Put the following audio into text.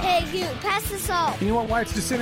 Hey, you, pass the salt. You know what? Why it's disintegrating.